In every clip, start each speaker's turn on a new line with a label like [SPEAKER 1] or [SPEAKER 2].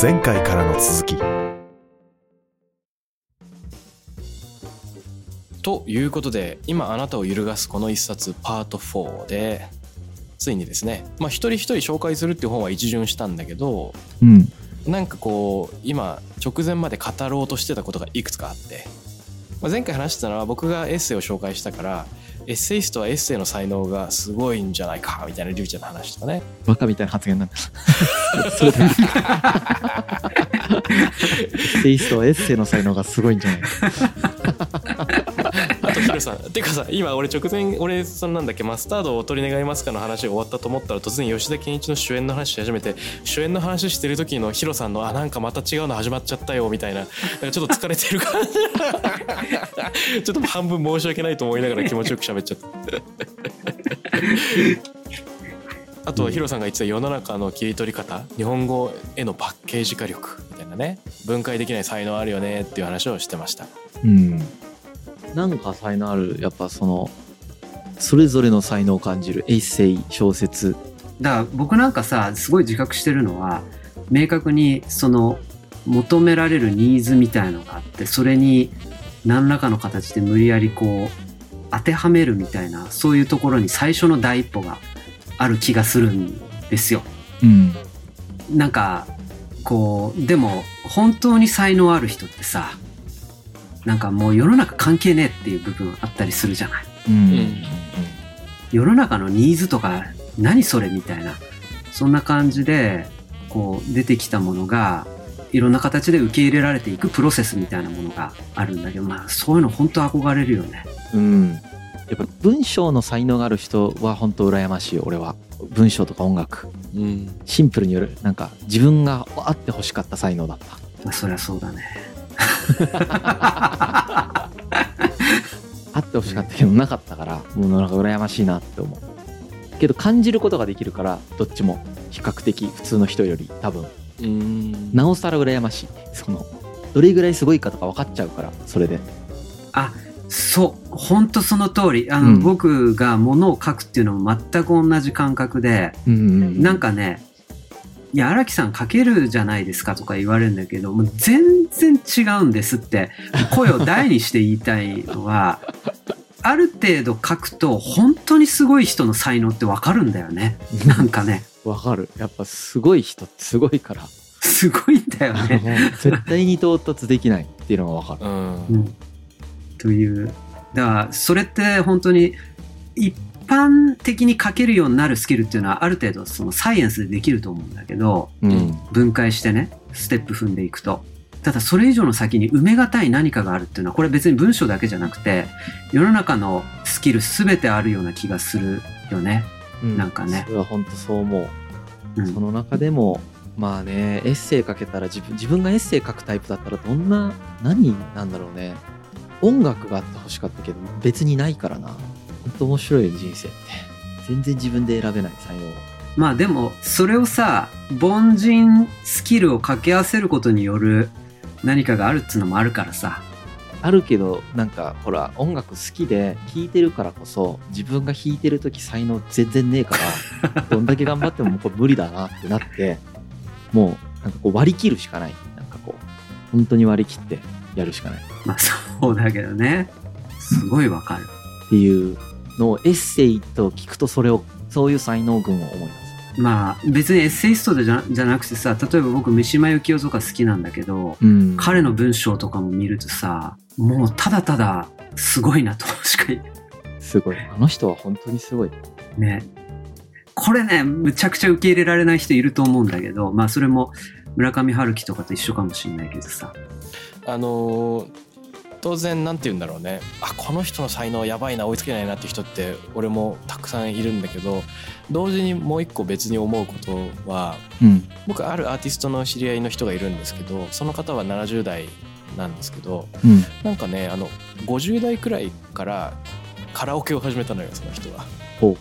[SPEAKER 1] 前回からの続き
[SPEAKER 2] ということで今あなたを揺るがすこの一冊パート4でついにですね、まあ、一人一人紹介するっていう本は一巡したんだけど
[SPEAKER 3] うん。
[SPEAKER 2] なんかこう今直前まで語ろうとしてたことがいくつかあって、まあ、前回話してたのは僕がエッセイを紹介したからエッセイストはエッセイの才能がすごいんじゃないかみたいなリュウちゃんの話とかね
[SPEAKER 3] バカみたいな発言なんだ。 それ だ。エッセイストはエッセイの才能がすごいんじゃないか。
[SPEAKER 2] あとヒロさんてかさ今俺直前俺そのなんだっけマスタードをお取り願いますかの話が終わったと思ったら突然吉田健一の主演の話し始めて主演の話してる時のヒロさんのあなんかまた違うの始まっちゃったよみたいななんかちょっと疲れてる感じちょっと半分申し訳ないと思いながら気持ちよく喋っちゃったあとはヒロさんが言ってた世の中の切り取り方日本語へのパッケージ化力みたいなね分解できない才能あるよねっていう話をしてました
[SPEAKER 3] うん。なんか才能ある、やっぱその、それぞれの才能を感じるエッセイ、小説。
[SPEAKER 4] だから僕なんかさすごい自覚してるのは明確にその求められるニーズみたいのがあってそれに何らかの形で無理やりこう当てはめるみたいなそういうところに最初の第一歩がある気がするんですよ。
[SPEAKER 3] うん。
[SPEAKER 4] なんかこうでも本当に才能ある人ってさなんかもう世の中関係ねえっていう部分あったりするじゃない。
[SPEAKER 3] うん。
[SPEAKER 4] 世の中のニーズとか何それみたいなそんな感じでこう出てきたものがいろんな形で受け入れられていくプロセスみたいなものがあるんだけどまあそういうの本当憧れるよね
[SPEAKER 3] うん。やっぱ文章の才能がある人は本当羨ましい俺は文章とか音楽
[SPEAKER 2] うん
[SPEAKER 3] シンプルによるなんか自分があって欲しかった才能だった
[SPEAKER 4] まあそりゃそうだね
[SPEAKER 3] あってほしかったけどなかったからもうなんか羨ましいなって思うけど感じることができるからどっちも比較的普通の人より多分
[SPEAKER 2] うん
[SPEAKER 3] なおさら羨ましいそのどれぐらいすごいかとか分かっちゃうからそれで
[SPEAKER 4] そう本当その通りあの、
[SPEAKER 3] うん
[SPEAKER 4] 僕がものを書くっていうのも全く同じ感覚で
[SPEAKER 3] うん
[SPEAKER 4] なんかねいや荒木さん書けるじゃないですかとか言われるんだけどもう全然違うんですって声を大にして言いたいのはある程度書くと本当にすごい人の才能ってわかるんだよねなんかね
[SPEAKER 3] 分かるやっぱすごい人ってすごいから
[SPEAKER 4] すごいんだよね、
[SPEAKER 3] 絶対に到達できないっていうのが分かる
[SPEAKER 2] うん
[SPEAKER 4] うん、というだからそれって本当に一般的に書けるようになるスキルっていうのはある程度そのサイエンスでできると思うんだけど、
[SPEAKER 3] うん
[SPEAKER 4] 分解してねステップ踏んでいくとただそれ以上の先に埋めがたい何かがあるっていうのはこれ別に文章だけじゃなくて世の中のスキル全てあるような気がするよね、
[SPEAKER 3] うん
[SPEAKER 4] なんかね
[SPEAKER 3] それは本当そう思う
[SPEAKER 4] うん
[SPEAKER 3] その中でもまあねエッセイ書けたら自分自分がエッセイ書くタイプだったらどんな何なんだろうね音楽があってほしかったけど別にないからなほんと面白いよ人生って全然自分で選べない才能
[SPEAKER 4] まあでもそれをさ凡人スキルを掛け合わせることによる何かがあるっていうのもあるからさ
[SPEAKER 3] あるけどなんかほら音楽好きで聴いてるからこそ自分が弾いてる時才能全然ねえから どんだけ頑張ってもこれ無理だなってなってもうなんかこう割り切るしかないなんかこう本当に割り切ってやるしかない
[SPEAKER 4] まあそうだけどねすごいわかる
[SPEAKER 3] っていうのをエッセイと聞くとそれをそういう才能群を思います。
[SPEAKER 4] まあ別にエッセイストでじゃじゃなくてさ例えば僕三島由紀夫とか好きなんだけど、
[SPEAKER 3] うん
[SPEAKER 4] 彼の文章とかも見るとさもうただただすごいなとしか言え
[SPEAKER 3] すごいあの人は本当にすごい。
[SPEAKER 4] ねこれねむちゃくちゃ受け入れられない人いると思うんだけどまあそれも村上春樹とかと一緒かもしれないけどさ
[SPEAKER 2] あのー当然なんて言うんだろうねあこの人の才能やばいな追いつけないなって人って俺もたくさんいるんだけど同時にもう一個別に思うことは
[SPEAKER 3] うん
[SPEAKER 2] 僕あるアーティストの知り合いの人がいるんですけどその方は70代なんですけど
[SPEAKER 3] うん
[SPEAKER 2] なんかねあの50代くらいからカラオケを始めたのよその人は。
[SPEAKER 3] ほ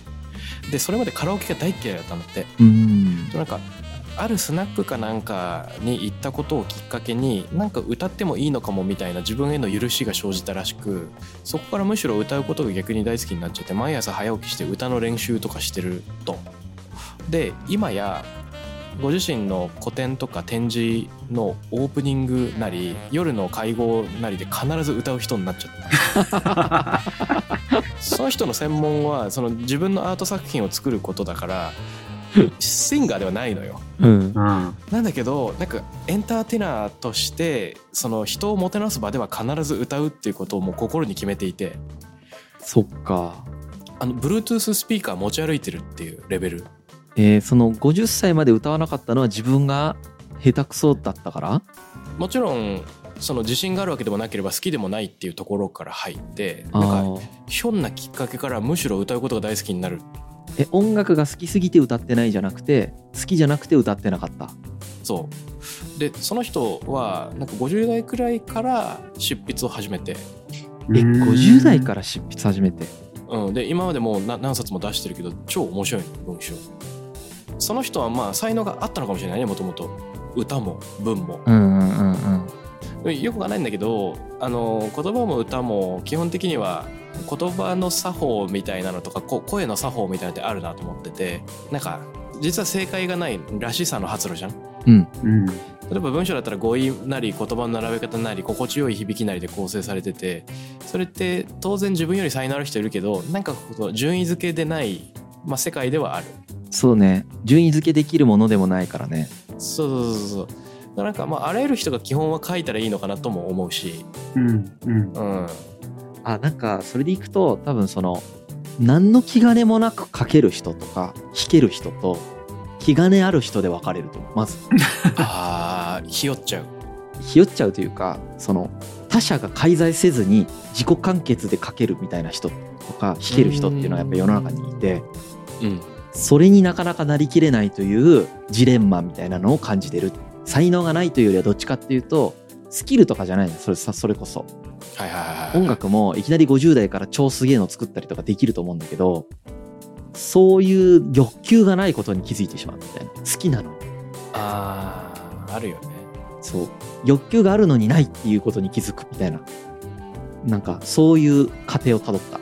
[SPEAKER 2] でそれまでカラオケが大嫌いだったんだって。
[SPEAKER 3] うん
[SPEAKER 2] なんかあるスナックかなんかに行ったことをきっかけになんか歌ってもいいのかもみたいな自分への許しが生じたらしくそこからむしろ歌うことが逆に大好きになっちゃって毎朝早起きして歌の練習とかしてると。で今やご自身の個展とか展示のオープニングなり夜の会合なりで必ず歌う人になっちゃったその人の専門はその自分のアート作品を作ることだからシンガーではないのよ
[SPEAKER 3] うん。
[SPEAKER 4] うん。
[SPEAKER 2] なんだけどなんかエンターテイナーとしてその人をもてなす場では必ず歌うっていうことをもう心に決めていて
[SPEAKER 3] そっか。
[SPEAKER 2] あの Bluetooth スピーカー持ち歩いてるっていうレベル
[SPEAKER 3] えーその50歳まで歌わなかったのは自分が下手くそだったから
[SPEAKER 2] もちろんその自信があるわけでもなければ好きでもないっていうところから入って
[SPEAKER 3] あ
[SPEAKER 2] なんか
[SPEAKER 3] ー
[SPEAKER 2] ひょんなきっかけからむしろ歌うことが大好きになる
[SPEAKER 3] え音楽が好きすぎて歌ってないじゃなくて好きじゃなくて歌ってなかった
[SPEAKER 2] そうでその人はなんか50代くらいから執筆を始めて、
[SPEAKER 3] え50代から執筆始めて
[SPEAKER 2] うん、で今までもうな何冊も出してるけど超面白い文章その人はまあ才能があったのかもしれないねもともと歌も文も
[SPEAKER 3] うんうんうんうん
[SPEAKER 2] よくはないんだけどあの言葉も歌も基本的には言葉の作法みたいなのとかこ声の作法みたいなのってあるなと思っててなんか実は正解がないらしさの発露じゃん
[SPEAKER 3] うん
[SPEAKER 4] うん。
[SPEAKER 2] 例えば文章だったら語彙なり言葉の並べ方なり心地よい響きなりで構成されててそれって当然自分より才能ある人いるけどなんかこう順位付けでない、まあ、世界ではある
[SPEAKER 3] そうね順位付けできるものでもないからね
[SPEAKER 2] そうそうそうそうだからなんかまああらゆる人が基本は書いたらいいのかなとも思うし
[SPEAKER 4] うん。うん。
[SPEAKER 2] うん
[SPEAKER 3] あなんかそれでいくと多分その何の気兼ねもなく書ける人とか弾ける人と気兼ねある人で分かれると思うまず
[SPEAKER 2] あーひよっちゃう
[SPEAKER 3] ひよっちゃうというかその他者が介在せずに自己完結で書けるみたいな人とか弾ける人っていうのはやっぱ世の中にいて
[SPEAKER 2] うん
[SPEAKER 3] それになかなかなりきれないというジレンマみたいなのを感じてる才能がないというよりはどっちかっていうとスキルとかじゃないのそれさそれこそ
[SPEAKER 2] はいはいはいはい
[SPEAKER 3] 音楽もいきなり50代から超すげえの作ったりとかできると思うんだけどそういう欲求がないことに気づいてしまうみたいな好きなのに
[SPEAKER 2] あーあるよね
[SPEAKER 3] そう欲求があるのにないっていうことに気づくみたいななんかそういう過程をたどった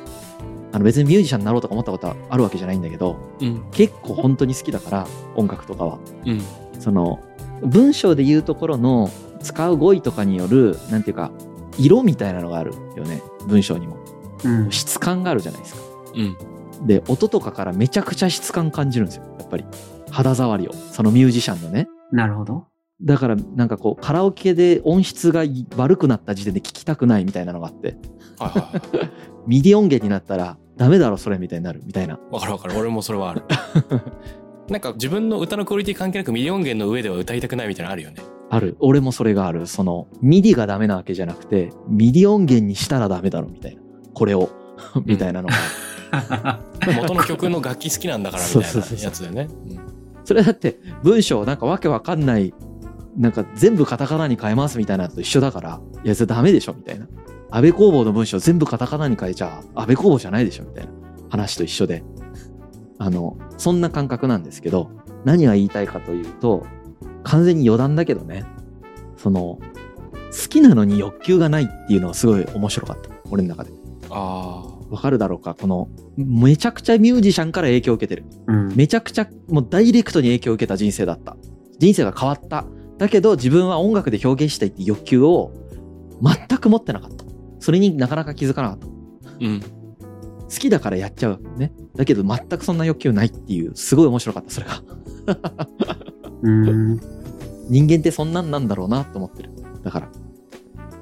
[SPEAKER 3] あの別にミュージシャンになろうとか思ったことはあるわけじゃないんだけど
[SPEAKER 2] うん
[SPEAKER 3] 結構本当に好きだから音楽とかは
[SPEAKER 2] うん
[SPEAKER 3] その文章で言うところの使う語彙とかによるなんていうか色みたいなのがあるよね文章にも
[SPEAKER 4] うん。
[SPEAKER 3] 質感があるじゃないですか
[SPEAKER 2] うん
[SPEAKER 3] で音とかからめちゃくちゃ質感感じるんですよやっぱり肌触りをそのミュージシャンのね
[SPEAKER 4] なる ほど。
[SPEAKER 3] だからなんかこうカラオケで音質が悪くなった時点で聞きたくないみたいなのがあって
[SPEAKER 2] はいはいはい
[SPEAKER 3] ミディ音源になったらダメだろそれみたいになるみたいな
[SPEAKER 2] わかるわかる俺もそれはあ るなんか自分の歌のクオリティ関係なくミリオン弦の上では歌いたくないみたいなのあるよね
[SPEAKER 3] ある俺もそれがあるそのミディがダメなわけじゃなくてミディ音源にしたらダメだろみたいなこれを みたいなのが、
[SPEAKER 2] 元の曲の楽器好きなんだからみたい
[SPEAKER 3] そうそうそう
[SPEAKER 2] な
[SPEAKER 3] そう
[SPEAKER 2] やつだよね
[SPEAKER 3] それだって文章なんかわけわかんないなんか全部カタカナに変えますみたいなのと一緒だからいやそれダメでしょみたいな安倍工房の文章全部カタカナに変えちゃ安倍工房じゃないでしょみたいな話と一緒であのそんな感覚なんですけど何が言いたいかというと完全に余談だけどねその好きなのに欲求がないっていうのはすごい面白かった俺の中で
[SPEAKER 2] あ
[SPEAKER 3] わかるだろうかこのめちゃくちゃミュージシャンから影響を受けてる
[SPEAKER 4] うん。
[SPEAKER 3] めちゃくちゃもうダイレクトに影響を受けた人生だった人生が変わっただけど自分は音楽で表現したいっていう欲求を全く持ってなかったそれになかなか気づかなかった
[SPEAKER 2] あうん
[SPEAKER 3] 好きだからやっちゃうねだけど全くそんな欲求ないっていうすごい面白かったそれが
[SPEAKER 4] うん。
[SPEAKER 3] 人間ってそんなんなんだろうなと思ってるだから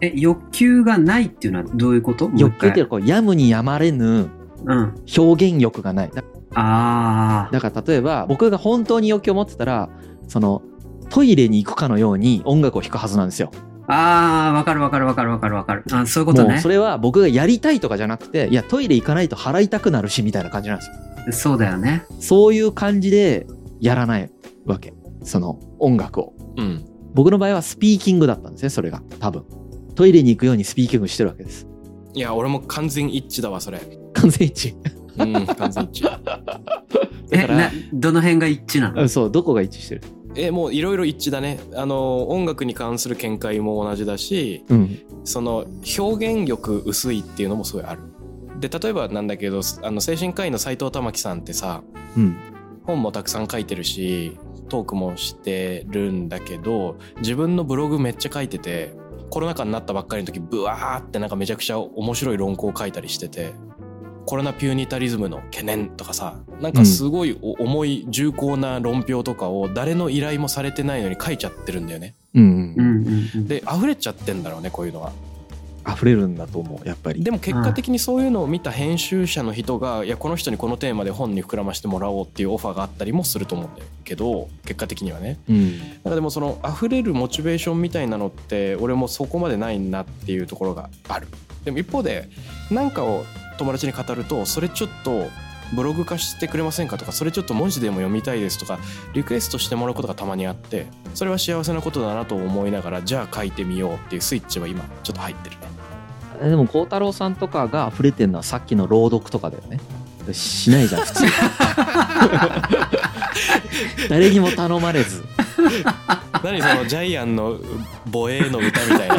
[SPEAKER 4] え、欲求がないっていうのはどういうこと
[SPEAKER 3] 欲求っていうの
[SPEAKER 4] る。
[SPEAKER 3] はこうやむにやまれぬ
[SPEAKER 4] うん。
[SPEAKER 3] 表現欲がないだ
[SPEAKER 4] ああ。
[SPEAKER 3] だから例えば僕が本当に欲求を持ってたらそのトイレに行くかのように音楽を弾くはずなんですよ
[SPEAKER 4] ああ、わかるわかるわかるわかるわかる。あそういうこと
[SPEAKER 3] もう
[SPEAKER 4] ね
[SPEAKER 3] そ。れは僕がやりたいとかじゃなくていやトイレ行かないと払いたくなるしみたいな感じなんですよ
[SPEAKER 4] そうだよね。
[SPEAKER 3] そういう感じでやらないわけその音楽を
[SPEAKER 2] うん
[SPEAKER 3] 僕の場合はスピーキングだったんですねそれが多分トイレに行くようにスピーキングしてるわけです
[SPEAKER 2] いや俺も完全一致だわそれ
[SPEAKER 3] 完全一致
[SPEAKER 2] うん完全一致
[SPEAKER 3] だ
[SPEAKER 4] え、
[SPEAKER 3] から
[SPEAKER 4] な、どの辺が一致な
[SPEAKER 3] う
[SPEAKER 4] の
[SPEAKER 3] んそうどこが一致してる
[SPEAKER 2] えもういろいろ一致だねあの音楽に関する見解も同じだし
[SPEAKER 3] うん
[SPEAKER 2] その表現力薄いっていうのもすごいあるで例えばなんだけどあの精神科医の斎藤玉樹さんってさ
[SPEAKER 3] うん
[SPEAKER 2] 本もたくさん書いてるしトークもしてるんだけど自分のブログめっちゃ書いててコロナ禍になったばっかりの時ブワーってなんかめちゃくちゃ面白い論考を書いたりしててコロナピューニタリズムの懸念とかさなんかすごいお重い重厚な論評とかを誰の依頼もされてないのに書いちゃってるんだよね。
[SPEAKER 3] うん
[SPEAKER 4] う
[SPEAKER 3] うん、
[SPEAKER 4] んうんうん、
[SPEAKER 2] で溢れちゃってんだろうねこういうのは。
[SPEAKER 3] 溢れるんだと思うやっぱり
[SPEAKER 2] でも結果的にそういうのを見た編集者の人が、いやこの人にこのテーマで本に膨らましてもらおうっていうオファーがあったりもすると思うんだけど結果的にはね
[SPEAKER 3] うん
[SPEAKER 2] なんかでもその溢れるモチベーションみたいなのって俺もそこまでないなっていうところがあるでも一方で何かを友達に語るとそれちょっとブログ化してくれませんかとかそれちょっと文字でも読みたいですとかリクエストしてもらうことがたまにあってそれは幸せなことだなと思いながらじゃあ書いてみようっていうスイッチは今ちょっと入って るね
[SPEAKER 3] えでも孝太郎さんとかが溢れてるのはさっきの朗読とかだよねしないじゃん普 通誰にも頼まれず
[SPEAKER 2] 何そのジャイアンの母衛の歌みたい な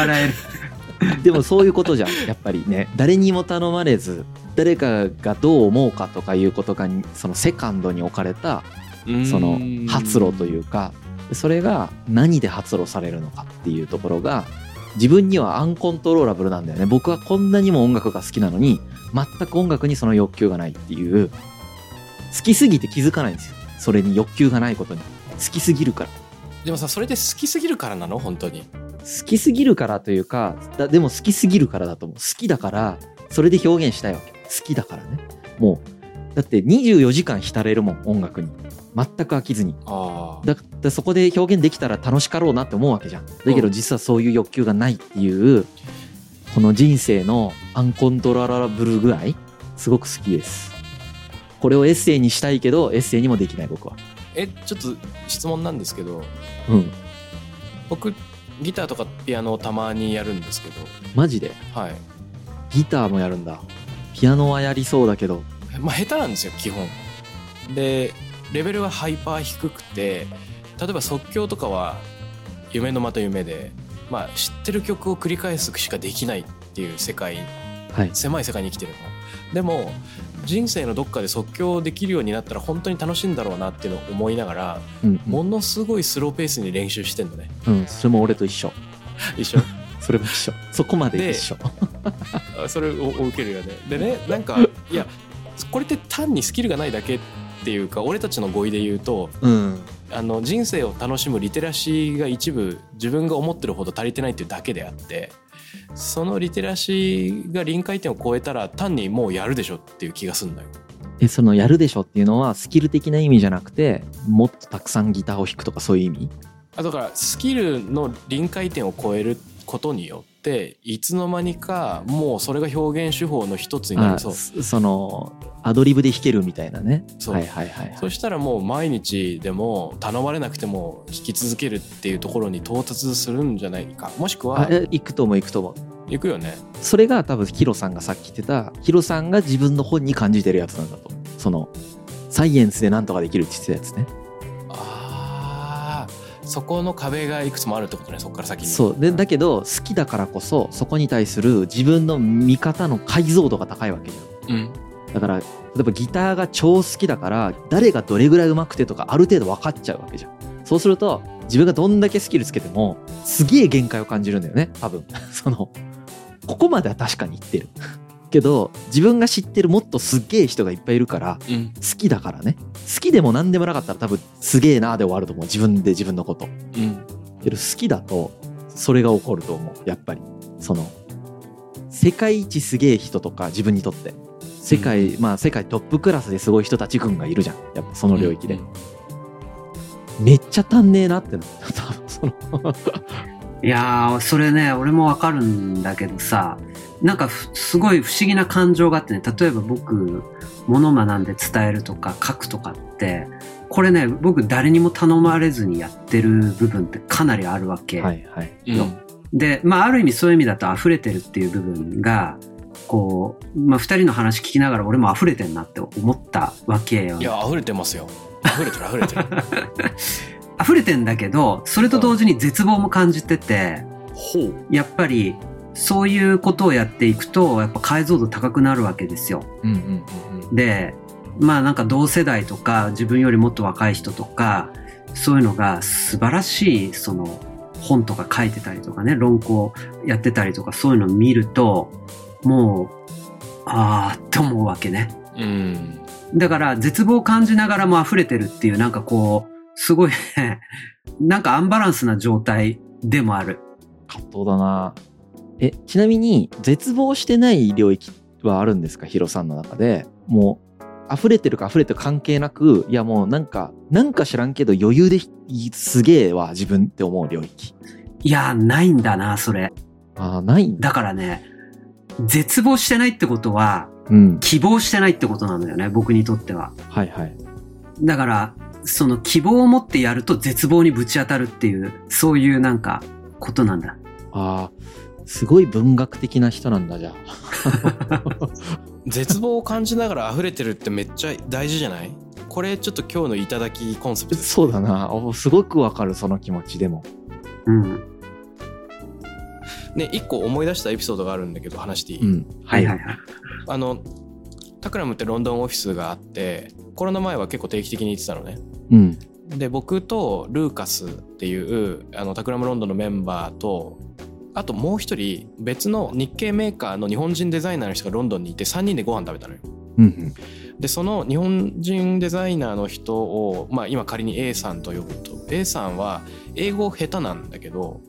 [SPEAKER 4] 笑える。
[SPEAKER 3] でもそういうことじゃん やっぱりね誰にも頼まれず誰かがどう思うかとかいうことがそのセカンドに置かれたその発露というかそれが何で発露されるのかっていうところが自分にはアンコントローラブルなんだよね僕はこんなにも音楽が好きなのに全く音楽にその欲求がないっていう好きすぎて気づかないんですよそれに欲求がないことに好きすぎるから
[SPEAKER 2] でもさそれで好きすぎるからなの本当に
[SPEAKER 3] 好きすぎるからというかだでも好きすぎるからだと思う好きだからそれで表現したいわけ好きだからねもうだって24時間浸れるもん音楽に全く飽きずに
[SPEAKER 2] ああ
[SPEAKER 3] だだそこで表現できたら楽しかろうなって思うわけじゃんだけ
[SPEAKER 2] う
[SPEAKER 3] ど
[SPEAKER 2] ん
[SPEAKER 3] 実はそういう欲求がないっていうこの人生のアンコントローラブル具合すごく好きですこれをエッセイにしたいけどエッセイにもできない僕は
[SPEAKER 2] えちょっと質問なんですけど
[SPEAKER 3] うん
[SPEAKER 2] 僕ギターとかピアノをたまにやるんですけど
[SPEAKER 3] マジで
[SPEAKER 2] はい、
[SPEAKER 3] ギターもやるんだピアノはやりそうだけど
[SPEAKER 2] まあ、下手なんですよ基本でレベルがハイパー低くて例えば即興とかは夢のまた夢で、まあ、知ってる曲を繰り返すしかできないっていう世界
[SPEAKER 3] はい
[SPEAKER 2] 狭い世界に生きてるのでも人生のどっかで即興できるようになったら本当に楽しいんだろうなっていうのを思いながら
[SPEAKER 3] うん
[SPEAKER 2] ものすごいスローペースに練習してんのね
[SPEAKER 3] うん、うん、それも俺と一緒
[SPEAKER 2] 一緒
[SPEAKER 3] それも一緒そこまで
[SPEAKER 2] で
[SPEAKER 3] 一緒
[SPEAKER 2] あそれをを受けるよねでねなんかいやこれって単にスキルがないだけっていうか俺たちの語彙で言うと
[SPEAKER 3] うん
[SPEAKER 2] あの人生を楽しむリテラシーが一部自分が思ってるほど足りてないっていうだけであってそのリテラシーが臨界点を超えたら単にもうやるでしょっていう気がすんのよ
[SPEAKER 3] えそのやるでしょっていうのはスキル的な意味じゃなくてもっとたくさんギターを弾くとかそういう意味
[SPEAKER 2] あだからスキルの臨界点を超えることによっていつの間にかもうそれが表現手法の一つにな
[SPEAKER 3] あ
[SPEAKER 2] りそう
[SPEAKER 3] そそのアドリブで弾けるみたいなね
[SPEAKER 2] そう
[SPEAKER 3] はいはいはい
[SPEAKER 2] そしたらもう毎日でも頼まれなくても弾き続けるっていうところに到達するんじゃないかもしく
[SPEAKER 3] あ
[SPEAKER 2] は
[SPEAKER 3] え行くと思う行くと思う
[SPEAKER 2] 行くよね
[SPEAKER 3] それが多分ヒロさんがさっき言ってたヒロさんが自分の本に感じてるやつなんだとそのサイエンスでなんとかできるって言ってたやつね
[SPEAKER 2] あーそこの壁がいくつもあるってことねそこから先に
[SPEAKER 3] そうでだけど好きだからこそそこに対する自分の見方の解像度が高いわけよ
[SPEAKER 2] うん
[SPEAKER 3] だから例えばギターが超好きだから誰がどれぐらい上手くてとかある程度分かっちゃうわけじゃんそうすると自分がどんだけスキルつけてもすげえ限界を感じるんだよね多分 そのここまでは確かにいってるけど自分が知ってるもっとすっげえ人がいっぱいいるから
[SPEAKER 2] うん
[SPEAKER 3] 好きだからね好きでも何でもなかったら多分すげえなーで終わると思う自分で自分のこと
[SPEAKER 2] うん
[SPEAKER 3] けど好きだとそれが起こると思うやっぱりその世界一すげえ人とか自分にとって世界、まあ世界トップクラスですごい人たち群がいるじゃんやっぱその領域で、めっちゃ足んねえなってなった 多分その
[SPEAKER 4] いやー、それね、俺もわかるんだけどさ、なんかふすごい不思議な感情があってね、例えば僕、物学んで伝えるとか書くとかって、これね、僕誰にも頼まれずにやってる部分ってかなりあるわけ。
[SPEAKER 3] はいはい
[SPEAKER 2] うん
[SPEAKER 4] ので、まあある意味そういう意味だと溢れてるっていう部分が、こう、まあ二人の話聞きながら俺も溢れてんなって思ったわけよ
[SPEAKER 2] い。や溢れてますよ溢れてる溢れ てる
[SPEAKER 4] 溢れてんだけど、それと同時に絶望も感じてて、
[SPEAKER 2] ほう
[SPEAKER 4] やっぱりそういうことをやっていくとやっぱ解像度高くなるわけですよ。
[SPEAKER 3] うんうん
[SPEAKER 4] でまあなんか同世代とか自分よりもっと若い人とかそういうのが素晴らしいその本とか書いてたりとかね論考やってたりとかそういうのを見るともうああって思うわけね
[SPEAKER 2] うん
[SPEAKER 4] だから絶望を感じながらも溢れてるっていうなんかこうすごいね なんかアンバランスな状態でもある
[SPEAKER 3] 葛藤だなえちなみに絶望してない領域はあるんですかヒロさんの中でもう溢れてるか溢れてるか関係なくいやもうなんかなんか知らんけど余裕でひすげえわ自分って思う領域
[SPEAKER 4] いやーないんだなそれ
[SPEAKER 3] あーないんだ
[SPEAKER 4] だからね絶望してないってことは
[SPEAKER 3] うん
[SPEAKER 4] 希望してないってことなのよね僕にとっては
[SPEAKER 3] はいはい
[SPEAKER 4] だから、その希望を持ってやると絶望にぶち当たるっていう、そういうなんか、ことなんだ。
[SPEAKER 3] あーすごい文学的な人なんだじゃあ
[SPEAKER 2] 絶望を感じながら溢れてるってめっちゃ大事じゃないこれちょっと今日のいただきコンセプトです
[SPEAKER 3] そうだなおすごくわかるその気持ちでも
[SPEAKER 4] うん。
[SPEAKER 2] ね一個思い出したエピソードがあるんだけど話していい、
[SPEAKER 3] ん
[SPEAKER 4] はいはいはい。
[SPEAKER 2] あのタクラムってロンドンオフィスがあってコロナ前は結構定期的に行ってたのね
[SPEAKER 3] うん
[SPEAKER 2] で僕とルーカスっていうあのタクラムロンドンのメンバーとあともう一人別の日系メーカーの日本人デザイナーの人がロンドンにいて3人でご飯食べたのよ
[SPEAKER 3] うんうん
[SPEAKER 2] でその日本人デザイナーの人を、まあ、今仮に A さんと呼ぶと A さんは英語下手なんだけど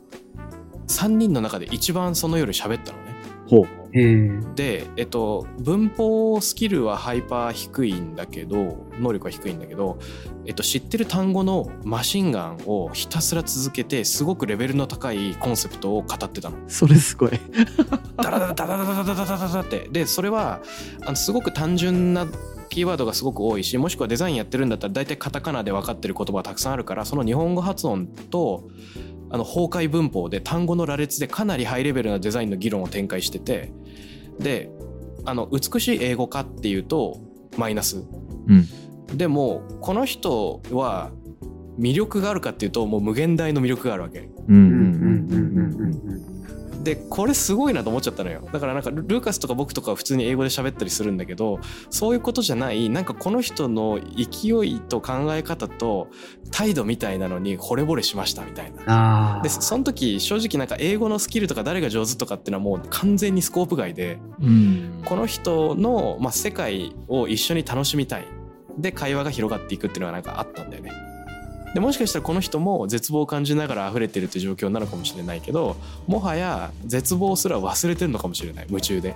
[SPEAKER 2] 3人の中で一番その夜喋ったのね
[SPEAKER 3] ほう
[SPEAKER 4] へー
[SPEAKER 2] で、えっと、文法スキルはハイパー低いんだけど能力は低いんだけど、えっと、知ってる単語のマシンガンをひたすら続けてすごくレベルの高いコンセプトを語ってたの。
[SPEAKER 3] それすごい
[SPEAKER 2] ダラダラダラダラダラダラダラってでそれはあのすごく単純なキーワードがすごく多いしもしくはデザインやってるんだったら大体カタカナで分かってる言葉がたくさんあるからその日本語発音とあの崩壊文法で単語の羅列でかなりハイレベルなデザインの議論を展開しててであの美しい英語化っていうとマイナス
[SPEAKER 3] うん
[SPEAKER 2] でもこの人は魅力があるかっていうともう無限大の魅力があるわけ。
[SPEAKER 3] うんう
[SPEAKER 4] うんん
[SPEAKER 3] うん
[SPEAKER 4] うんうん
[SPEAKER 3] うんうん
[SPEAKER 4] うんうん。
[SPEAKER 2] でこれすごいなと思っちゃったのよだからなんかルルーカスとか僕とかは普通に英語で喋ったりするんだけどそういうことじゃないなんかこの人の勢いと考え方と態度みたいなのに惚れ惚れしましたみたいな。
[SPEAKER 4] あ
[SPEAKER 2] でその時正直なんか英語のスキルとか誰が上手とかっていうのはもう完全にスコープ外で
[SPEAKER 3] うん
[SPEAKER 2] この人の、まあ、世界を一緒に楽しみたいで会話が広がっていくっていうのがなんかあったんだよねでもしかしたらこの人も絶望を感じながら溢れてるって状況なのかもしれないけどもはや絶望すら忘れてるのかもしれない夢中で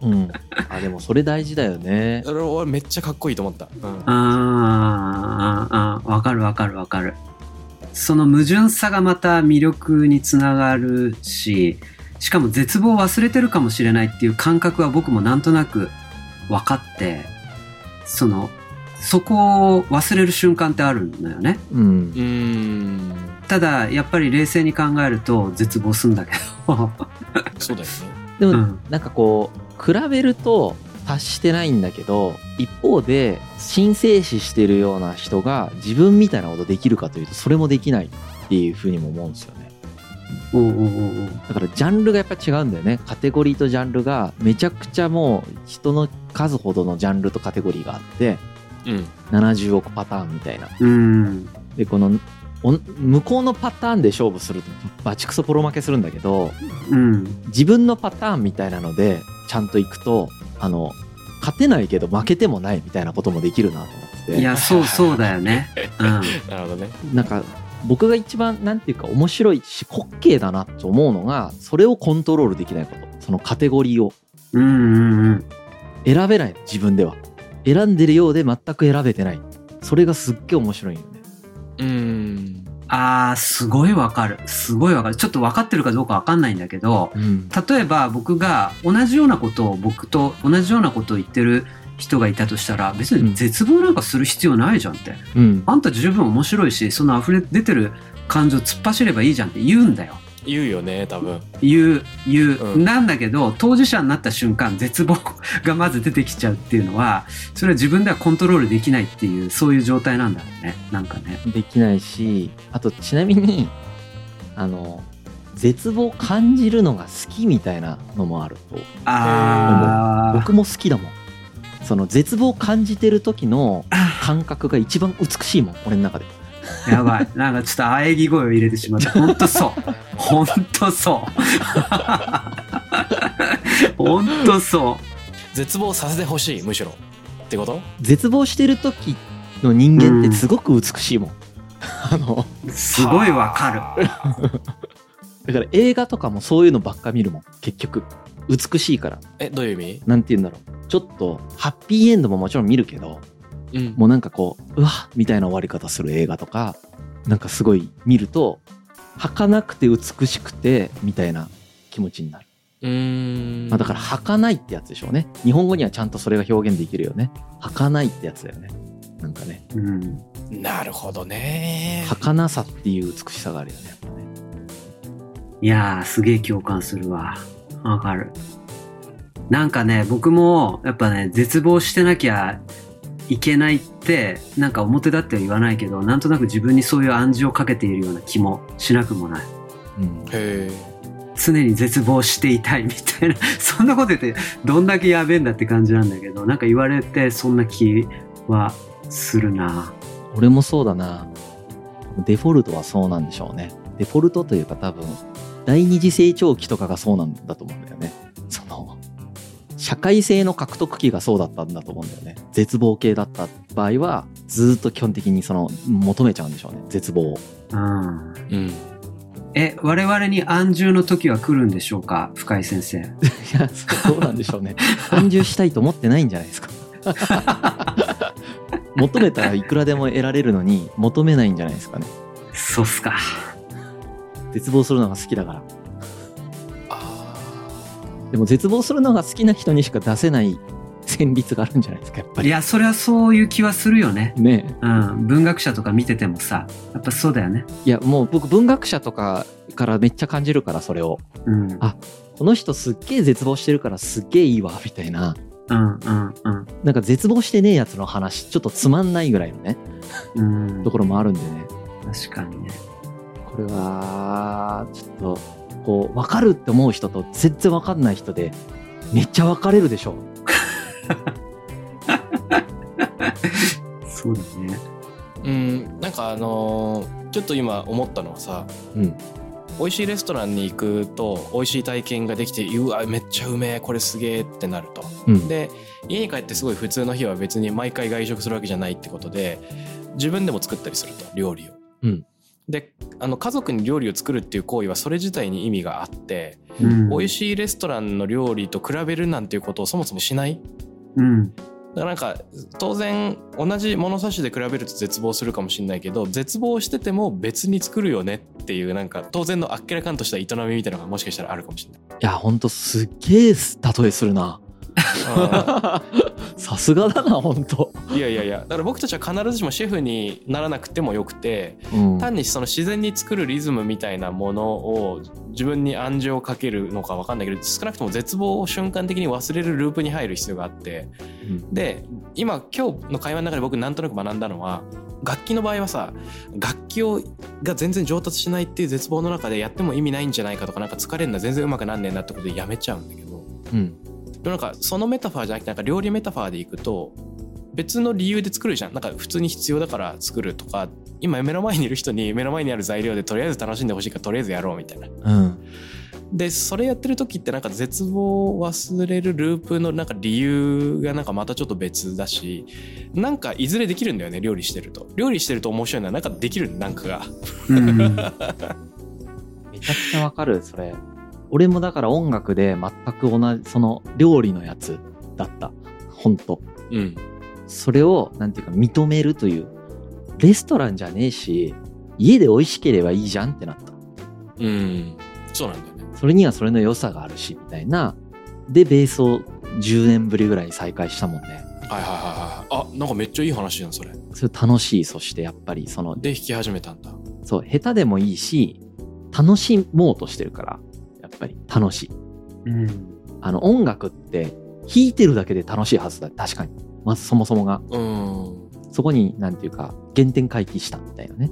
[SPEAKER 3] うん、あでもそれ大事だよね。
[SPEAKER 2] それ俺めっちゃかっこいいと思った、うん
[SPEAKER 4] あ、あーあー、あーわかるわかるわかる。その矛盾さがまた魅力につながるし、しかも絶望を忘れてるかもしれないっていう感覚は僕もなんとなく分かって、その、そこを忘れる瞬間ってあるのよね。
[SPEAKER 3] うん
[SPEAKER 2] う、ーん
[SPEAKER 4] ただやっぱり冷静に考えると絶望するんだけど、
[SPEAKER 2] そうだよね
[SPEAKER 3] で
[SPEAKER 4] う
[SPEAKER 3] も
[SPEAKER 4] ん、
[SPEAKER 3] なんかこう比べると達してないんだけど一方で神聖視してるような人が自分みたいなことできるかというとそれもできないっていうふうにも思うんですよね。
[SPEAKER 4] おうおうおうおう
[SPEAKER 3] だからジャンルがやっぱ違うんだよね。カテゴリーとジャンルがめちゃくちゃもう人の数ほどのジャンルとカテゴリーがあって
[SPEAKER 2] うん
[SPEAKER 3] 70億パターンみたいな。
[SPEAKER 4] うん
[SPEAKER 3] でこのお向こうのパターンで勝負するとバチクソボロ負けするんだけど
[SPEAKER 4] うん
[SPEAKER 3] 自分のパターンみたいなのでちゃんと行くとあの勝てないけど負けてもないみたいなこともできるなと思って
[SPEAKER 4] い
[SPEAKER 3] て
[SPEAKER 4] やそうそうだよね、うん、
[SPEAKER 2] なるほどね
[SPEAKER 3] なんか僕が一番なんていうか面白いし滑稽だなと思うのがそれをコントロールできないことそのカテゴリーを
[SPEAKER 4] うんうんうん
[SPEAKER 3] 選べない自分では選んでるようで全く選べてないそれがすっげえ面白いよね
[SPEAKER 2] うーん
[SPEAKER 4] あーすごいわかるすごいわかるちょっと分かってるかどうかわかんないんだけど
[SPEAKER 3] うん
[SPEAKER 4] 例えば僕が同じようなことを僕と同じようなことを言ってる人がいたとしたら別に絶望なんかする必要ないじゃんって、
[SPEAKER 3] うん
[SPEAKER 4] あんた十分面白いしその溢れ出てる感情突っ走ればいいじゃんって言うんだよ
[SPEAKER 2] 言うよね多分
[SPEAKER 4] 言う言う、
[SPEAKER 2] うん
[SPEAKER 4] なんだけど当事者になった瞬間絶望 がまず出てきちゃうっていうのはそれは自分ではコントロールできないっていうそういう状態なんだろうねなんかね
[SPEAKER 3] できないしあとちなみにあの絶望を感じるのが好きみたいなのもあると
[SPEAKER 4] あー
[SPEAKER 3] 僕も好きだもんその絶望を感じてる時の感覚が一番美しいもん俺の中で
[SPEAKER 4] やばい。なんかちょっと喘ぎ声を入れてしまった。ほんとそう。ほんとそう。ほんとそ
[SPEAKER 2] 絶望させてほしいむしろってこと
[SPEAKER 3] 絶望してる時の人間ってすごく美しいもん、 あの
[SPEAKER 4] う。すごいわかる。
[SPEAKER 3] だから映画とかもそういうのばっか見るもん結局美しいから
[SPEAKER 2] えどういう意味
[SPEAKER 3] なんて言うんだろうちょっとハッピーエンドももちろん見るけど
[SPEAKER 2] うん
[SPEAKER 3] もうなんかこううわみたいな終わり方する映画とかなんかすごい見ると儚くて美しくてみたいな気持ちになる、
[SPEAKER 2] うーん
[SPEAKER 3] まあ、だから儚いってやつでしょうね日本語にはちゃんとそれが表現できるよね儚いってやつだよねなんかね
[SPEAKER 4] うん。
[SPEAKER 2] なるほどね
[SPEAKER 3] 儚さっていう美しさがあるよねやっぱね
[SPEAKER 4] いやー、すげえ共感するわ。わかる。なんかね、僕も、やっぱね、絶望してなきゃいけないって、なんか表立っては言わないけど、なんとなく自分にそういう暗示をかけているような気もしなくもない。
[SPEAKER 3] うん
[SPEAKER 2] へ
[SPEAKER 4] 常に絶望していたいみたいな そんなこと言ってどんだけやべえんだって感じなんだけどなんか言われてそんな気はするな
[SPEAKER 3] 俺もそうだなデフォルトはそうなんでしょうねデフォルトというか多分第二次成長期とかがそうなんだと思うんだよねその社会性の獲得期がそうだったんだと思うんだよね絶望系だった場合はずーっと基本的にその求めちゃうんでしょうね絶望を
[SPEAKER 4] うん
[SPEAKER 2] えうん
[SPEAKER 4] え我々に安住の時は来るんでしょうか深井先生
[SPEAKER 3] いやそうなんでしょうね安住したいと思ってないんじゃないですか 求めたらいくらでも得られるのに求めないんじゃないですかね
[SPEAKER 4] そうっすか
[SPEAKER 3] 絶望するのが好きだから
[SPEAKER 2] あ
[SPEAKER 3] でも絶望するのが好きな人にしか出せない旋律があるんじゃないですか、やっぱ
[SPEAKER 4] い
[SPEAKER 3] り。
[SPEAKER 4] やそれはそういう気はするよね
[SPEAKER 3] ね
[SPEAKER 4] うん文学者とか見ててもさやっぱそうだよね
[SPEAKER 3] えいや、もう僕文学者とかからめっちゃ感じるから、それを。
[SPEAKER 4] うんうん
[SPEAKER 3] あこの人すっげえ絶望してるからすっげえいいわ、みたいな。
[SPEAKER 4] うんうん
[SPEAKER 3] なんか絶望してねえやつの話、ちょっとつまんないぐらいのね、
[SPEAKER 4] うん
[SPEAKER 3] ところもあるんでね。
[SPEAKER 4] 確かにね
[SPEAKER 3] これは、ちょっと、こう、わかるって思う人と全然わかんない人で、めっちゃ分かれるでしょ。
[SPEAKER 4] そうだね
[SPEAKER 2] ーうんなんかあのーちょっと今思ったのはさ
[SPEAKER 3] うん。
[SPEAKER 2] 美味しいレストランに行くと美味しい体験ができてうわめっちゃうめえこれすげえってなると
[SPEAKER 3] うん。
[SPEAKER 2] で家に帰ってすごい普通の日は別に毎回外食するわけじゃないってことで自分でも作ったりすると料理を。
[SPEAKER 3] うん
[SPEAKER 2] であの家族に料理を作るっていう行為はそれ自体に意味があって、
[SPEAKER 4] うん
[SPEAKER 2] 美味しいレストランの料理と比べるなんていうことをそもそもしない
[SPEAKER 4] うん
[SPEAKER 2] だからなんか当然同じ物差しで比べると絶望するかもしれないけど絶望してても別に作るよねっていうなんか当然のあっけらかんとした営みみたいなのがもしかしたらあるかもしれない。
[SPEAKER 3] いや、ほんとすっげえ例えするな。さすがだな、ほんと。
[SPEAKER 2] いやいやいやだから僕たちは必ずしもシェフにならなくてもよくて
[SPEAKER 3] うん
[SPEAKER 2] 単にその自然に作るリズムみたいなものを自分に暗示をかけるのか分かんないけど少なくとも絶望を瞬間的に忘れるループに入る必要があってで今今日の会話の中で僕なんとなく学んだのは楽器の場合はさ楽器をが全然上達しないっていう絶望の中でやっても意味ないんじゃないかとかなんか疲れるな全然うまくなんねえなってことでやめちゃうんだけど
[SPEAKER 3] うん
[SPEAKER 2] でもなんかそのメタファーじゃなくてなんか料理メタファーでいくと別の理由で作るじゃんなんか普通に必要だから作るとか今目の前にいる人に目の前にある材料でとりあえず楽しんでほしいからとりあえずやろうみたいな
[SPEAKER 3] うん
[SPEAKER 2] でそれやってる時ってなんか絶望を忘れるループのなんか理由がなんかまたちょっと別だしなんかいずれできるんだよね料理してると料理してると面白いのはなんかできるなんかが
[SPEAKER 4] うん
[SPEAKER 3] めちゃくちゃわかるそれ俺もだから音楽で全く同じその料理のやつだったほんと
[SPEAKER 2] うん
[SPEAKER 3] それをなんていうか認めるというレストランじゃねえし家で美味しければいいじゃんってなった
[SPEAKER 2] うんそうなんだよね
[SPEAKER 3] それにはそれの良さがあるしみたいなでベースを10年ぶりぐらいに再開したもんね
[SPEAKER 2] はいはいはいはいあなんかめっちゃいい話じゃんそれ
[SPEAKER 3] それ楽しいそしてやっぱりその
[SPEAKER 2] で弾き始めたんだ
[SPEAKER 3] そう下手でもいいし楽しもうとしてるからやっぱり楽しい
[SPEAKER 4] うん
[SPEAKER 3] あの音楽って弾いてるだけで楽しいはずだ確かにまずそもそもが
[SPEAKER 2] うん
[SPEAKER 3] そこになんていうか原点回帰したみたいなね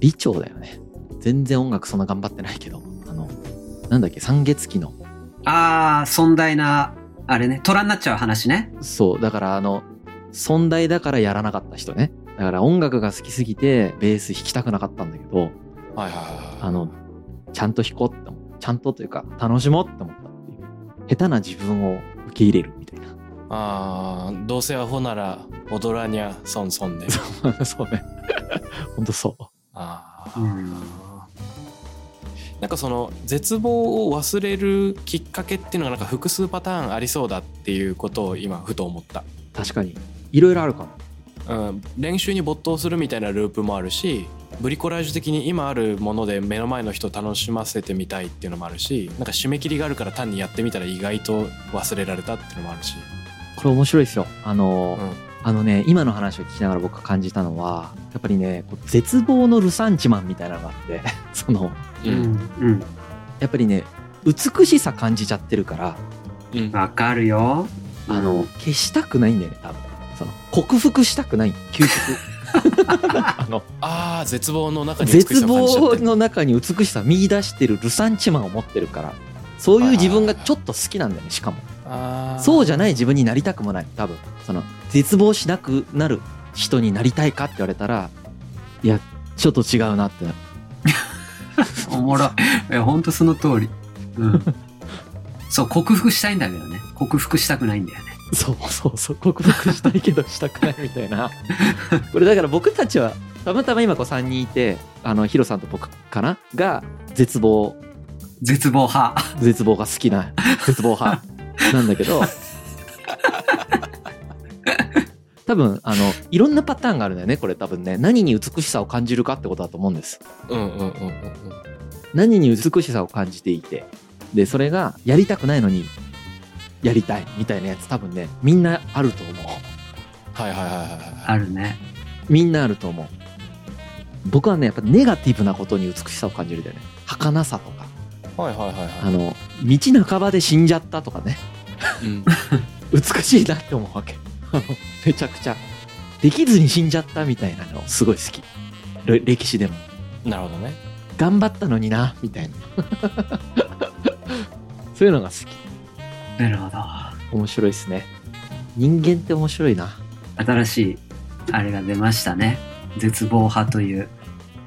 [SPEAKER 3] 美調だよね全然音楽そんな頑張ってないけどあのなんだっけ三月期の
[SPEAKER 4] ああ、尊大なあれね、虎になっちゃう話ね。
[SPEAKER 3] そう、だからあの、存在だからやらなかった人ね。だから音楽が好きすぎてベース弾きたくなかったんだけど、
[SPEAKER 2] はいはいはい
[SPEAKER 3] あの、ちゃんと弾こうって思う。ちゃんとというか、楽しもうって思ったっていう。下手な自分を受け入れるみたいな。
[SPEAKER 2] あーどうせアホなら踊らにゃそんそ んで
[SPEAKER 3] そうね。ほんとそう。
[SPEAKER 2] あ
[SPEAKER 4] う
[SPEAKER 2] ー
[SPEAKER 4] ん。
[SPEAKER 2] なんかその絶望を忘れるきっかけっていうのがなんか複数パターンありそうだっていうことを今ふと思った、
[SPEAKER 3] 確かに。いろいろあるかも。
[SPEAKER 2] うん、練習に没頭するみたいなループもあるしブリコラージュ的に今あるもので目の前の人を楽しませてみたいっていうのもあるしなんか締め切りがあるから単にやってみたら意外と忘れられたっていうのもあるし、
[SPEAKER 3] これ面白いですよ。あ
[SPEAKER 2] う
[SPEAKER 3] の、
[SPEAKER 2] ん、
[SPEAKER 3] あのね、今の話を聞きながら僕が感じたのは、やっぱりね、こう絶望のルサンチマンみたいなのがあって、 その、
[SPEAKER 4] う
[SPEAKER 2] うん
[SPEAKER 4] ん。うん。
[SPEAKER 3] やっぱりね、美しさ感じちゃってるから、
[SPEAKER 2] うん
[SPEAKER 4] わかるよ。
[SPEAKER 3] あの、消したくないんだよね、多分。その、克服したくない、究極。あの、
[SPEAKER 2] あー絶望の 中に美し
[SPEAKER 3] 絶
[SPEAKER 2] さを感じちゃっ
[SPEAKER 3] 望
[SPEAKER 2] てる
[SPEAKER 3] の中に美しさ見出してるルサンチマンを持ってるから、そういう自分がちょっと好きなんだよね、しかも。
[SPEAKER 2] あー
[SPEAKER 3] そうじゃない自分になりたくもない、多分。その、絶望しなくなる人になりたいかって言われたら、いや、ちょっと違うなってなる。
[SPEAKER 4] おも ろい。いや、ほんとその通り。うん。そう、克服したいんだけどね。克服したくないんだよね。
[SPEAKER 3] そうそうそう、克服したいけどしたくないみたいな。これだから僕たちは、たまたま今こう3人いて、あの、ヒロさんと僕かなが、絶望
[SPEAKER 4] 絶望派。
[SPEAKER 3] 絶望が好きな絶望派なんだけど多分あのいろんなパターンがあるんだよねこれ多分ね何に美しさを感じるかってことだと思うんです
[SPEAKER 2] うんうんうんうんうん
[SPEAKER 3] 何に美しさを感じていてでそれがやりたくないのにやりたいみたいなやつ多分ねみんなあると思う
[SPEAKER 2] はいはいはいはいは
[SPEAKER 4] あ
[SPEAKER 2] い
[SPEAKER 4] るね。
[SPEAKER 3] みんなあると思う僕はねやっぱネガティブなことに美しさを感じるんだよね儚さとか
[SPEAKER 2] はいはいはいは
[SPEAKER 3] あの道半ばで死んじゃったとかね
[SPEAKER 2] いうん
[SPEAKER 3] 美しいなって思うわけ。 あのめちゃくちゃ。できずに死んじゃったみたいなの、すごい好き。れ歴史でも。
[SPEAKER 2] なるほどね
[SPEAKER 3] 頑張ったのにな、みたいな。 そういうのが好き。
[SPEAKER 4] なるほど。
[SPEAKER 3] 面白いですね。人間って面白いな。
[SPEAKER 4] 新しい、あれが出ましたね。絶望派という、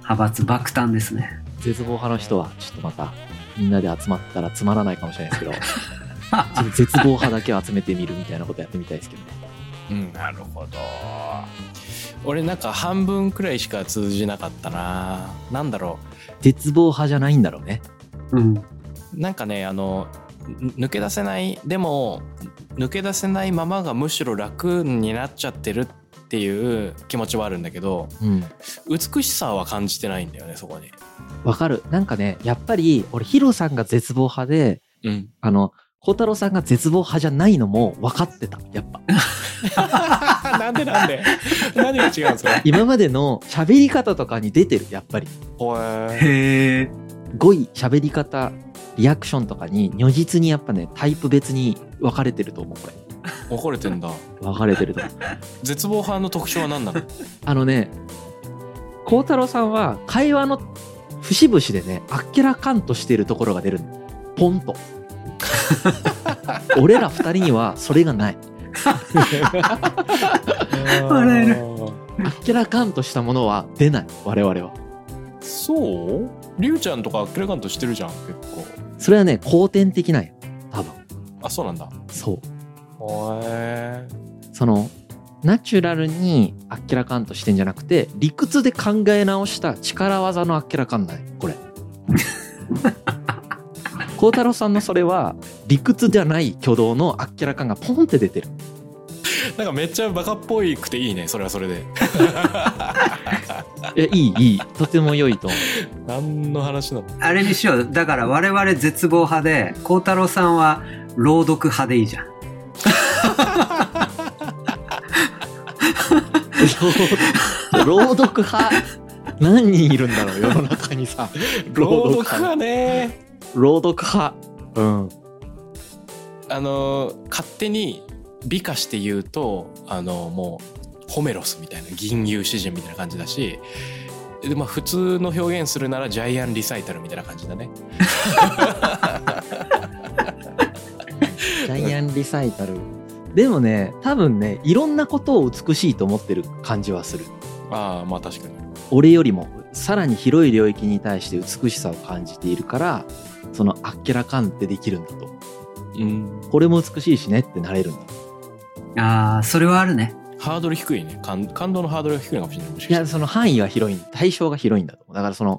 [SPEAKER 4] 派閥爆誕ですね。
[SPEAKER 3] 絶望派の人は、ちょっとまた、みんなで集まったらつまらないかもしれないですけど、ちょっと 絶望派だけを集めてみるみたいなことやってみたいですけどね。
[SPEAKER 2] うんなるほど俺なんか半分くらいしか通じなかったななんだろ
[SPEAKER 3] 絶望派じゃないんだろうね。
[SPEAKER 4] うん。
[SPEAKER 2] うなんかねあのぬ抜け出せないでも抜け出せないままがむしろ楽になっちゃってるっていう気持ちはあるんだけど
[SPEAKER 3] うん。
[SPEAKER 2] 美しさは感じてないんだよねそこに
[SPEAKER 3] わかる。なんかね、やっぱり、俺、ヒロさんが絶望派で、
[SPEAKER 2] うん
[SPEAKER 3] あの、孝太郎さんが絶望派じゃないのも分かってた。やっぱ。
[SPEAKER 2] なんでなんで 何が違うんですかへ
[SPEAKER 3] 今までの喋り方とかに出てる、やっぱり。
[SPEAKER 2] ー
[SPEAKER 4] へえ。
[SPEAKER 3] 語彙、喋り方、リアクションとかに、如実にやっぱね、タイプ別に分かれてると思う、これ。
[SPEAKER 2] 分かれてんだ
[SPEAKER 3] 分かれてると思う。
[SPEAKER 2] 絶望派の特徴は何なの
[SPEAKER 3] あのね、孝太郎さんは会話の節々でね、あっけらかんとしてるところが出るのポンと。俺ら二人にはそれがない。
[SPEAKER 4] 笑える
[SPEAKER 3] あっけらかんとしたものは出ない、我々は。
[SPEAKER 2] そうりゅうちゃんとかあっけらかんとしてるじゃん結構
[SPEAKER 3] それはね、後天的なんよ。多分。
[SPEAKER 2] あそうなんだ
[SPEAKER 3] そう。
[SPEAKER 2] へえ
[SPEAKER 3] その、ナチュラルにあっけらかんとしてんじゃなくて、理屈で考え直した力技のあっけらかんない。こ れ。孝太郎さんのそれは、理屈ではない挙動のあっけらかんがポンって出てる。
[SPEAKER 2] なんかめっちゃバカっぽいくていいねそれはそれで
[SPEAKER 3] いや、いい、いい。とても良いと思
[SPEAKER 2] 何の話なの
[SPEAKER 4] あれにしよう。だから我々絶望派で、孝太郎さんは朗読派でいいじゃん。
[SPEAKER 3] う。 朗読派。何人いるんだろう、世の中にさ。
[SPEAKER 2] 朗読はね
[SPEAKER 3] 朗読派。うん。
[SPEAKER 2] あのー勝手に美化して言うとあのーもうホメロスみたいな銀融詩人みたいな感じだしでまあ普通の表現するならジャイアンリサイタルみたいな感じだね
[SPEAKER 3] ジャイアンリサイタル。でもね、多分ね、いろんなことを美しいと思ってる感じはする。
[SPEAKER 2] ああまあ確かに
[SPEAKER 3] 俺よりもさらに広い領域に対して美しさを感じているからそのあっけらかんってできるんだと
[SPEAKER 2] うん
[SPEAKER 3] これも美しいしねってなれるんだ
[SPEAKER 4] ああ、それはあるね。
[SPEAKER 2] ハードル低いね感感動のハードルが低いのかもしれないもし
[SPEAKER 3] い
[SPEAKER 2] かし
[SPEAKER 3] や
[SPEAKER 2] て
[SPEAKER 3] その範囲は広い対象が広いんだとだからその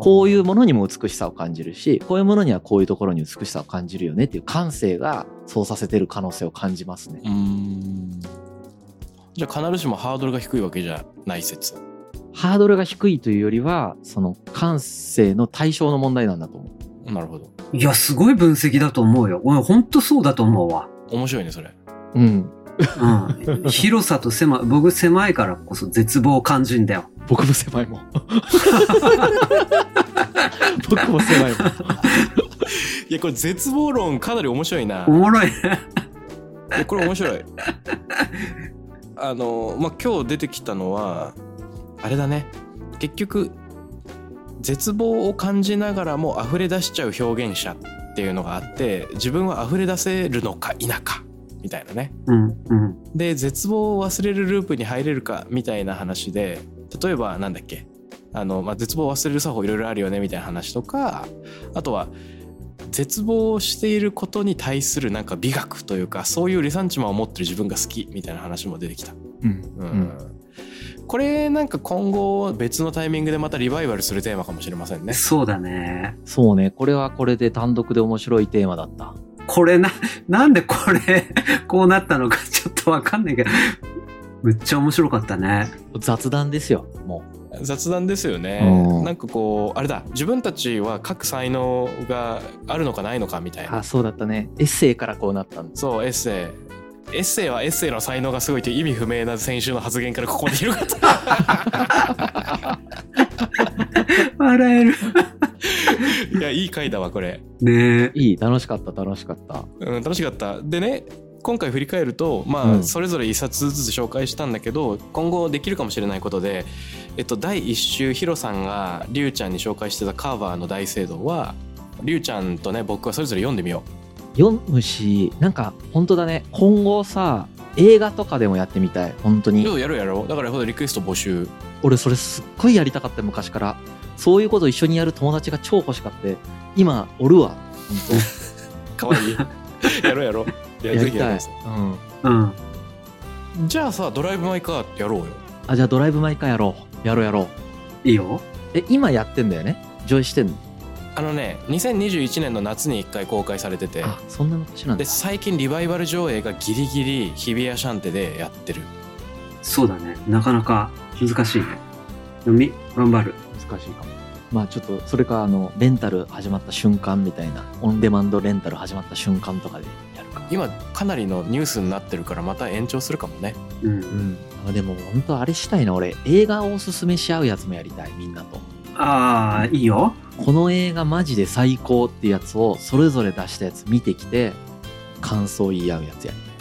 [SPEAKER 2] あ
[SPEAKER 3] こういうものにも美しさを感じるしこういうものにはこういうところに美しさを感じるよねっていう感性がそうさせてる可能性を感じますね
[SPEAKER 2] うーんじゃあ必ずしもハードルが低いわけじゃない説
[SPEAKER 3] ハードルが低いというよりはその感性の対象の問題なんだと思う
[SPEAKER 2] なるほど
[SPEAKER 4] いや、すごい分析だと思うよ。俺、ほんとそうだと思うわ。
[SPEAKER 2] 面白いねそれ
[SPEAKER 3] うん
[SPEAKER 4] うん。 広さと狭い、僕狭いからこそ絶望を感じんだよ。
[SPEAKER 3] 僕も狭いもん 僕も狭いもん
[SPEAKER 2] いやこれ絶望論かなり面白いな
[SPEAKER 4] おもろいね。
[SPEAKER 2] いやこれ面白い あのまあ今日出てきたのはあれだね結局絶望を感じながらも溢れ出しちゃう表現者っていうのがあって自分は溢れ出せるのか否かみたいなね
[SPEAKER 4] うん、うん。
[SPEAKER 2] で絶望を忘れるループに入れるかみたいな話で例えばなんだっけあの、まあ、絶望を忘れる作法いろいろあるよねみたいな話とかあとは絶望をしていることに対するなんか美学というかそういうリサンチマンを持ってる自分が好きみたいな話も出てきた。
[SPEAKER 3] うん
[SPEAKER 2] うん
[SPEAKER 3] うん
[SPEAKER 2] これなんか今後別のタイミングでまたリバイバルするテーマかもしれませんね。
[SPEAKER 4] そうだね。
[SPEAKER 3] そうね、これはこれで単独で面白いテーマだった。
[SPEAKER 4] これな、なんでこれ、 こうなったのか ちょっとわかんないけど、むっちゃ面白かったね。
[SPEAKER 3] 雑談ですよ、も
[SPEAKER 2] 雑談ですよね
[SPEAKER 3] うん。
[SPEAKER 2] なんかこうあれだ自分たちは各才能があるのかないのかみた
[SPEAKER 3] う。
[SPEAKER 2] いな
[SPEAKER 3] あ、そうだったね。エッセイからこうなったんです。
[SPEAKER 2] そう、エッセイ。エッセイはエッセイの才能がすごいという意味不明な先週の発言からここまで広がっ た。
[SPEAKER 4] 笑える。
[SPEAKER 2] いや、いい回だわ、これ。
[SPEAKER 4] ねえ。
[SPEAKER 3] いい、楽しかった、楽しかった。
[SPEAKER 2] うん、楽しかった。でね、今回振り返ると、まあ、
[SPEAKER 3] うん
[SPEAKER 2] それぞれ一冊ずつ紹介したんだけど、今後できるかもしれないことで、えっと、第一週、ヒロさんがリュウちゃんに紹介してたカーバーの大聖堂は、リュウちゃんとね、僕はそれぞれ読んでみよ
[SPEAKER 3] 読むし、なんか、本当だね。今後さ、映画とかでもやってみたい。本当
[SPEAKER 2] う。
[SPEAKER 3] に
[SPEAKER 2] よ。うやろうやろう。だから、ほどリクエスト募集。
[SPEAKER 3] 俺、それすっごいやりたかった、昔から。そういうこと一緒にやる友達が超欲しかって、今、おるわ。本
[SPEAKER 2] かわ いい。やろうやろう。
[SPEAKER 3] 当
[SPEAKER 2] いや
[SPEAKER 3] や
[SPEAKER 2] ぜ
[SPEAKER 3] り
[SPEAKER 2] ひや
[SPEAKER 3] た
[SPEAKER 2] り
[SPEAKER 3] い。
[SPEAKER 2] ます
[SPEAKER 3] うん。
[SPEAKER 4] うん。
[SPEAKER 2] じゃあさ、ドライブ・マイ・カーってやろうよ。
[SPEAKER 3] あ、じゃあドライブ・マイ・カーやろう。やろうやろう。
[SPEAKER 4] いいよ。
[SPEAKER 3] え、今やってんだよね上位してんの
[SPEAKER 2] あのね2021年の夏に1回公開されてて
[SPEAKER 3] あ、そんな昔なんだ
[SPEAKER 2] で。最近リバイバル上映がギリギリ日比谷シャンテでやってる
[SPEAKER 4] そうだね。なかなか難しいね。読み、頑張る。
[SPEAKER 3] 難しいかも。まあちょっとそれかあのレンタル始まった瞬間みたいなオンデマンドレンタル始まった瞬間とかでやるか。
[SPEAKER 2] 今かなりのニュースになってるからまた延長するかもね
[SPEAKER 4] うん
[SPEAKER 3] う。ん。あでも本当あれしたいな俺映画をおすすめし合うやつもやりたいみんなと。
[SPEAKER 4] ああ、いいよ。
[SPEAKER 3] この映画マジで最高ってやつをそれぞれ出したやつ見てきて感想言い合うやつやりたい。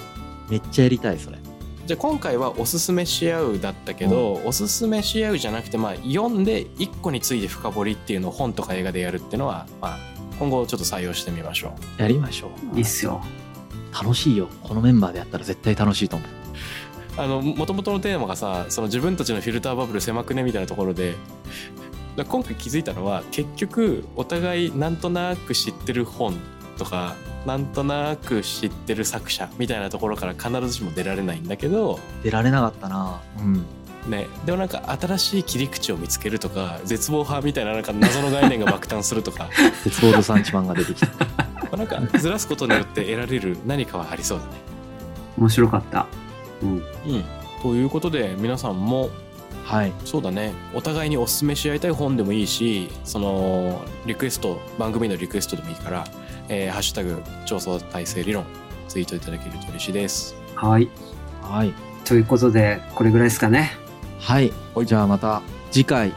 [SPEAKER 3] めっちゃやりたいそれ。
[SPEAKER 2] じゃあ今回は「おすすめし合う」だったけど、おすすめし合うじゃなくてまあ読んで1個について深掘りっていうのを本とか映画でやるっていうのは、まあ、今後ちょっと採用してみましょ
[SPEAKER 3] やりましょう。
[SPEAKER 4] いいっすよ。
[SPEAKER 3] 楽しいよ。このメンバーでやったら絶対楽しいと思
[SPEAKER 2] う
[SPEAKER 3] う。
[SPEAKER 2] あのもともとのテーマがさその自分たちのフィルターバブル狭くねみたいなところでだから今回気づいたのは結局お互いなんとなく知ってる本とかなんとなく知ってる作者みたいなところから必ずしも出られないんだけど、
[SPEAKER 3] 出られなかったな。うん。
[SPEAKER 2] ね、でもなんか新しい切り口を見つけるとか絶望派みたいななんか謎の概念が爆誕すると か
[SPEAKER 3] 鉄道ド産地版が出てきた。
[SPEAKER 2] まあなんかずらすことによって得られる何かはありそうだね。
[SPEAKER 4] 面白かった。うん。
[SPEAKER 2] うん、ということで皆さんも
[SPEAKER 3] はい。
[SPEAKER 2] そうだねお互いにおすすめし合いたい本でもいいしそのリクエスト番組のリクエストでもいいから「えーハッシュタグ調査体制理論」ツイートいただけると嬉しいです
[SPEAKER 4] はい。
[SPEAKER 3] はい。
[SPEAKER 4] ということで、これぐらいですかね。
[SPEAKER 3] はい。じゃあまた次回。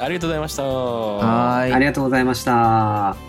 [SPEAKER 2] ありがとうございました
[SPEAKER 3] はーい。
[SPEAKER 4] ありがとうございました。